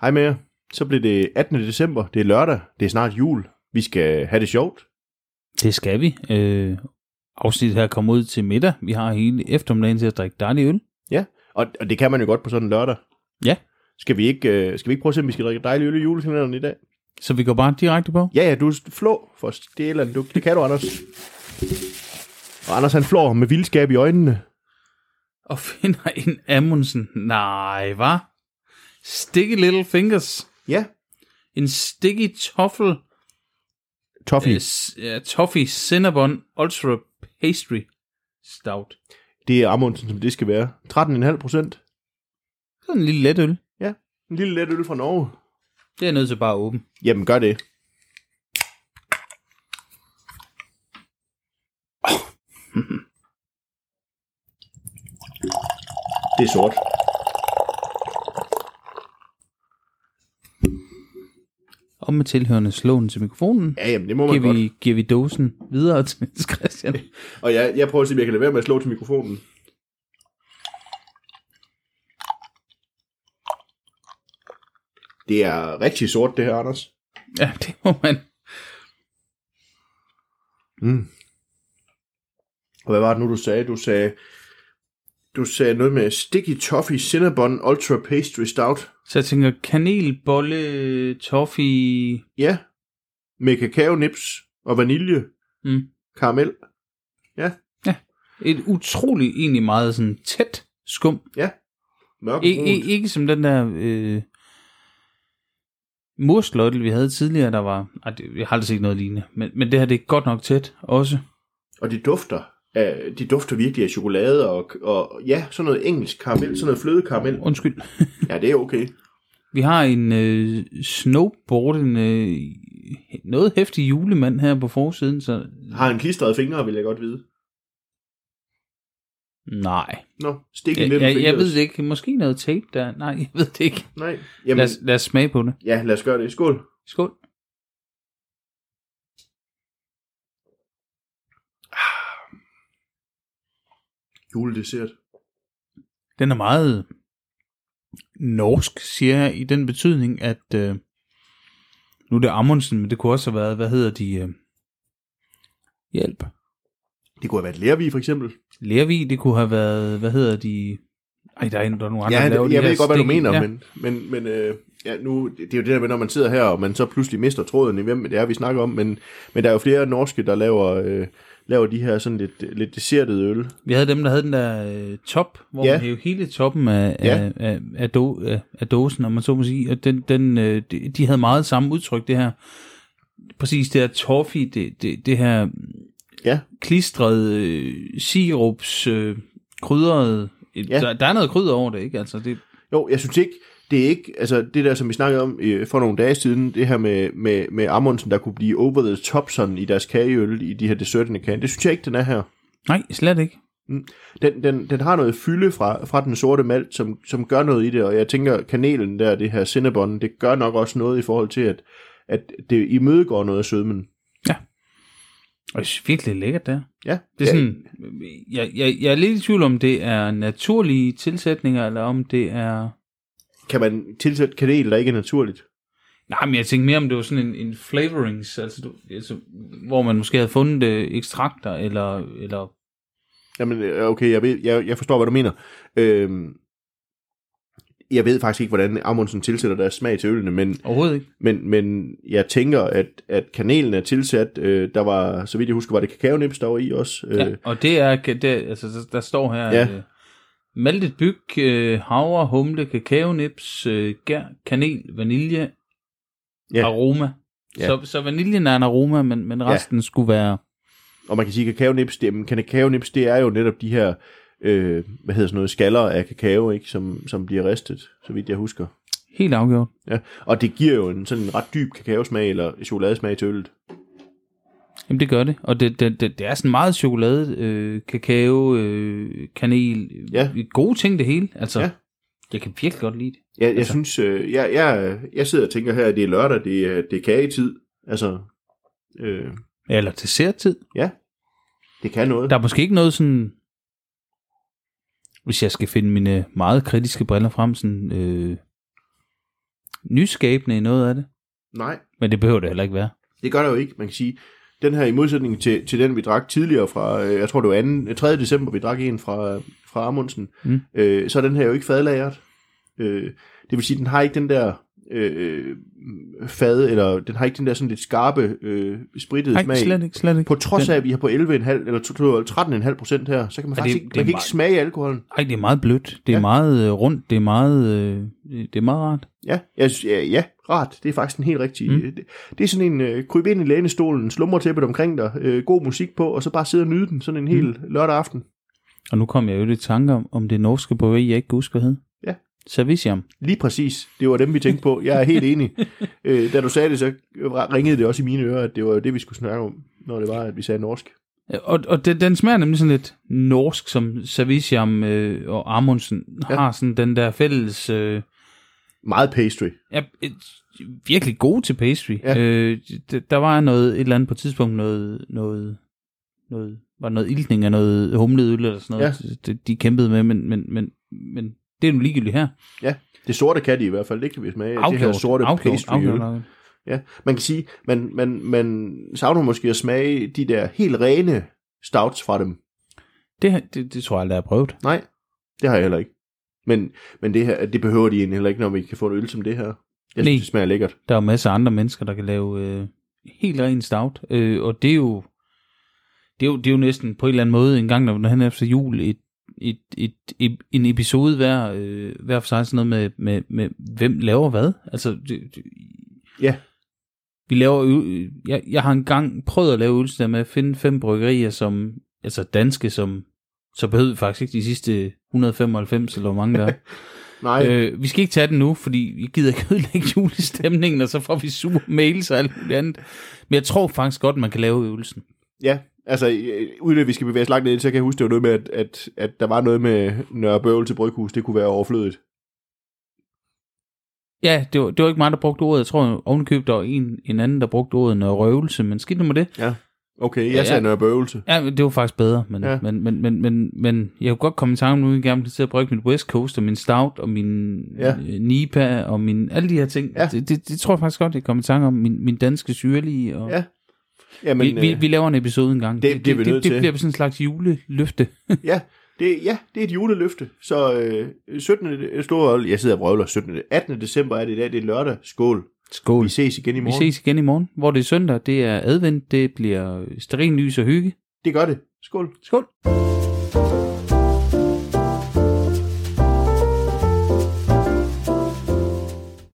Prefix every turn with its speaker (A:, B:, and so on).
A: Hej med jer. Så blev det 18. december. Det er lørdag. Det er snart jul. Vi skal have det sjovt.
B: Det skal vi. Øh, afsnittet her kommer ud til middag. Vi har hele eftermiddagen til at drikke dejlig øl.
A: Og, og det kan man jo godt på sådan en lørdag.
B: Ja.
A: Skal vi ikke, øh, skal vi ikke prøve at se, om vi skal drikke dejlig øl i julekalenderen i dag?
B: Så vi går bare direkte på.
A: Ja, ja, du er flå for stjæleren. Du, det kan du, Anders. Og Anders han flår med vildskab i øjnene.
B: Og finder en Amundsen. Nej, hvad? Sticky little fingers.
A: Ja.
B: En sticky toffel.
A: Toffee.
B: Øh, s- ja, toffee cinnabon ultra pastry stout.
A: Det er Amundsen, som det skal være. 13,5 procent.
B: Sådan en lille let øl.
A: En lille let øl fra Norge.
B: Det er jeg nødt til bare at åbne.
A: Jamen, gør det. Det er sort.
B: Og med tilhørende slåen til mikrofonen.
A: Ja, jamen, det må man
B: Giver
A: godt.
B: vi, giver vi dosen videre til Niels Christian.
A: Og jeg, jeg prøver at se, om jeg kan lade være med at slå til mikrofonen. Det er rigtig sort, det her, Anders.
B: Ja, det må man.
A: Mm. Og hvad var det nu, du sagde? Du sagde, du sagde noget med sticky toffee cinnabon ultra pastry stout.
B: Så jeg tænker, kanelbolle, toffee...
A: Ja. Med kakaonips og vanilje,
B: Mm.
A: karamel.
B: Et utroligt egentlig meget sådan tæt skum.
A: Mørk
B: I, i, ikke som den der øh, mursløjtel, vi havde tidligere, der var... Ej, det, jeg har aldrig set noget lignende. Men, men det her, det er godt nok tæt også.
A: Og de dufter. Af, de dufter virkelig af chokolade og, og ja, sådan noget engelsk karamel, sådan noget flødekaramel.
B: Undskyld.
A: Ja, det er okay.
B: Vi har en øh, snowboardende, øh, noget hæftig julemand her på forsiden, så...
A: Har han klistrede fingre, vil jeg godt vide.
B: Nej.
A: Nå, stik
B: Jeg,
A: lidt
B: jeg, jeg ved det ikke. Måske noget tape der. Nej, jeg ved det ikke.
A: Nej.
B: Lad
A: Jamen,
B: os, lad os smage på det.
A: ja, lad os gøre det. Skål.
B: Skål.
A: Juledessert.
B: Den er meget norsk, siger jeg, i den betydning, at øh, nu er det Amundsen, men det kunne også have været, hvad hedder de? Øh, hjælp.
A: Det kunne have været lærvig, for eksempel.
B: Lervi, det kunne have været, hvad hedder de? Ej, der er, en- der er nogle andre,
A: Ja,
B: der laver
A: det,
B: de
A: jeg
B: her
A: ved godt, hvad du
B: stik-
A: mener,
B: ja.
A: ja. men, men, men øh, ja, nu, det er jo det der med, når man sidder her, og man så pludselig mister tråden i, hvem det er, vi snakker om, men, men der er jo flere norske, der laver, øh, laver de her sådan lidt, lidt dessertede øl.
B: Vi havde dem, der havde den der øh, top, hvor
A: Ja.
B: ja. man hævde hele toppen af,
A: Ja.
B: ja. af, af, af, do, af, af dåsen, om man så må sige. Og den, den, øh, de, de havde meget samme udtryk, det her. Præcis det her toffee, det, det, det her
A: Ja.
B: klistrede øh, sirups, øh, krydrede.
A: Ja.
B: Ja. Der, der er noget krydder over det, ikke? Altså, det,
A: Jo, jeg synes ikke, det er ikke, altså det der, som vi snakkede om øh, for nogle dage siden, det her med, med, med Amundsen, der kunne blive over the top sådan i deres kageøl, i de her dessertende kage, det synes jeg ikke, den er her.
B: nej, slet ikke.
A: den, den, den har noget fylde fra, fra den sorte malt, som, som gør noget i det, og jeg tænker, kanelen der, det her cinnabon, det gør nok også noget i forhold til, at, at det imødegår noget af sødmen.
B: Og det er virkelig lækkert, der.
A: Ja,
B: Det er
A: ja,
B: sådan, jeg, jeg, jeg er lidt i tvivl om, det er naturlige tilsætninger, eller om det er...
A: Kan man tilsætte kanel, der ikke er naturligt?
B: Nej, men jeg tænkte mere, om det var sådan en, en flavorings, altså, du, altså, hvor man måske havde fundet øh, ekstrakter, eller, eller...
A: Jamen, øh, okay, jeg, ved, jeg, jeg forstår, hvad du mener. Øhm, jeg ved faktisk ikke, hvordan Amundsen tilsætter deres smag til ølene, men,
B: Overhovedet ikke.
A: men, men jeg tænker, at, at kanelen er tilsat. Øh, der var, så vidt jeg husker, var det kakaonips, der var i også. Øh,
B: Ja, og det er, det, er- altså, der, der står her,
A: Ja.
B: ja. øh, maltet byg, øh, havre, humle, kakaonips, øh, gær, kanel, vanilje,
A: Ja.
B: ja. aroma.
A: Ja.
B: Ja. Så, så vaniljen er en aroma, men, men resten ja. skulle være...
A: Og man kan sige, at kakaonips, det, men kakaonips, det er jo netop de her, øh, hvad hedder sådan noget, skaller af kakao, ikke, som, som bliver ristet, så vidt jeg husker.
B: Helt afgjort.
A: Ja. Og det giver jo en sådan en ret dyb kakaosmag eller chokoladesmag til øllet.
B: Jamen det gør det, og det, det, det, det er sådan meget chokolade, øh, kakao, øh, kanel,
A: Ja.
B: øh, gode ting det hele. Altså,
A: Ja.
B: ja. jeg kan virkelig godt lide det.
A: Jeg, jeg
B: Altså.
A: synes, øh, jeg, jeg, jeg sidder og tænker her, at det er lørdag, det er, det er kagetid. Altså, øh,
B: Eller desserttid.
A: det kan noget.
B: Der er måske ikke noget sådan, hvis jeg skal finde mine meget kritiske briller frem, sådan øh, nyskabende i noget af det.
A: Nej,
B: Men det behøver det heller ikke være.
A: det gør der jo ikke. Man kan sige, den her i modsætning til, til den, vi drak tidligere fra, øh, jeg tror det var 2. 3. december, vi drak en fra, fra Amundsen,
B: Mm.
A: øh, så er den her jo ikke fadlagret. Øh, det vil sige, den har ikke den der øh, fad, eller den har ikke den der sådan lidt skarpe, øh, sprittede
B: Nej,
A: smag.
B: slet ikke, slet ikke.
A: På trods af, at vi har på 11,5 eller 13,5 procent her, så kan man
B: Ja, det-
A: faktisk ikke,
B: det er
A: man kan ikke
B: meget-
A: smage alkoholen.
B: Nej, det er meget blødt. Det er
A: Ja.
B: ja. meget øh, rundt. Det er meget, øh, det er meget rart.
A: Ja, jeg synes, ja, ja, rart. Det er faktisk en helt rigtig... Mm. Det, det er sådan en øh, kryb ind i lænestolen, slumretæppet omkring dig, øh, god musik på, og så bare sidde og nyde den sådan en hel lørdag aften.
B: Og nu kom jeg jo lidt i tanke om, om det norske bryggeri, jeg ikke kan huske, hvad hed.
A: Ja.
B: Servicium.
A: Lige præcis. Det var dem, vi tænkte på. Jeg er helt enig. Øh, da du sagde det, så ringede det også i mine ører, at det var jo det, vi skulle snakke om, når det var, at vi sagde norsk.
B: Og, og den, den smager nemlig sådan lidt norsk, som Servicium øh, og Amundsen
A: Ja.
B: ja. har sådan den der fælles... Øh,
A: Meget pastry.
B: ja, et, virkelig god til pastry.
A: Ja.
B: Øh, d- der var noget, et eller andet på et tidspunkt, noget, noget, noget, var det noget iltning af noget humlet øl eller sådan noget, ja. de, de kæmpede med, men, men, men, men det er nu ligegyldigt her.
A: Det sorte kan de i hvert fald, det kan vi smage. det her sorte pastry
B: afgjort.
A: Ja, man kan sige, man, man, man savner måske at smage de der helt rene stouts fra dem.
B: Det, her- det, det tror jeg aldrig, jeg har prøvet.
A: Nej, det har jeg heller ikke. Men, men det, her, det behøver de egentlig heller ikke, når vi kan få en øl som det her. Jeg synes,
B: Nej.
A: det smager lækkert.
B: Der er jo masser af andre mennesker, der kan lave øh, helt ren stout, øh, og det er jo det er, jo, det er jo næsten på en eller anden måde, en gang når når han er efter jul, et, et, et, et, en episode hver, øh, hver for sig, sådan noget med, med, med, hvem laver hvad? Altså, det, det,
A: Ja.
B: Vi laver øl, øh, jeg, jeg har engang prøvet at lave øl, der med at finde fem bryggerier, som, altså danske, som, så behøvede vi faktisk ikke de sidste 195, eller hvor mange der er.
A: Nej, øh.
B: Øh, vi skal ikke tage den nu, fordi vi gider ikke ødelægge julestemningen, og så får vi sure mails og alt muligt andet. Men jeg tror faktisk godt, man kan lave øvelsen.
A: ja. Altså, øh, uden at vi skal bevæge os langt ned, så kan jeg huske, det var noget med, at, at, at der var noget med Nørre Bøvl til Bryghus. Det kunne være overflødigt.
B: Ja, det var, det var ikke mig, der brugte ordet. Jeg tror ovenkøbet, der var en, en anden, der brugte ordet noget røvelse, men skidt nu med det.
A: Okay, jeg
B: Ja,
A: ja,
B: ja.
A: sagde Nørre Bøvelse.
B: Ja, men det var faktisk bedre, men,
A: Ja.
B: ja. men, men, men, men, men jeg kunne godt komme i tanke om, nu vil jeg gerne til at bruge min West Coast og min Stout og min
A: Ja.
B: ja. Nipa og min, alle de her ting.
A: Ja.
B: Ja. Det, det, det, tror jeg faktisk godt, jeg kommer i tanke om. Min, min danske syrlige og...
A: Ja, Jamen,
B: Men, vi, vi,
A: øh,
B: vi laver en episode engang.
A: det bliver vi
B: det,
A: nødt
B: det, det
A: til.
B: bliver sådan en slags juleløfte.
A: Ja, det, ja, det er et juleløfte. Så øh, 17. de- Store, jeg sidder og vrøvler 17. 18. december er det i dag, det er lørdag. Skål.
B: Skål.
A: Vi ses igen i
B: Vi
A: morgen.
B: ses igen i morgen, hvor det er søndag, det er advent, det bliver sterin lys og hygge.
A: Det gør det. Skål.
B: Skål!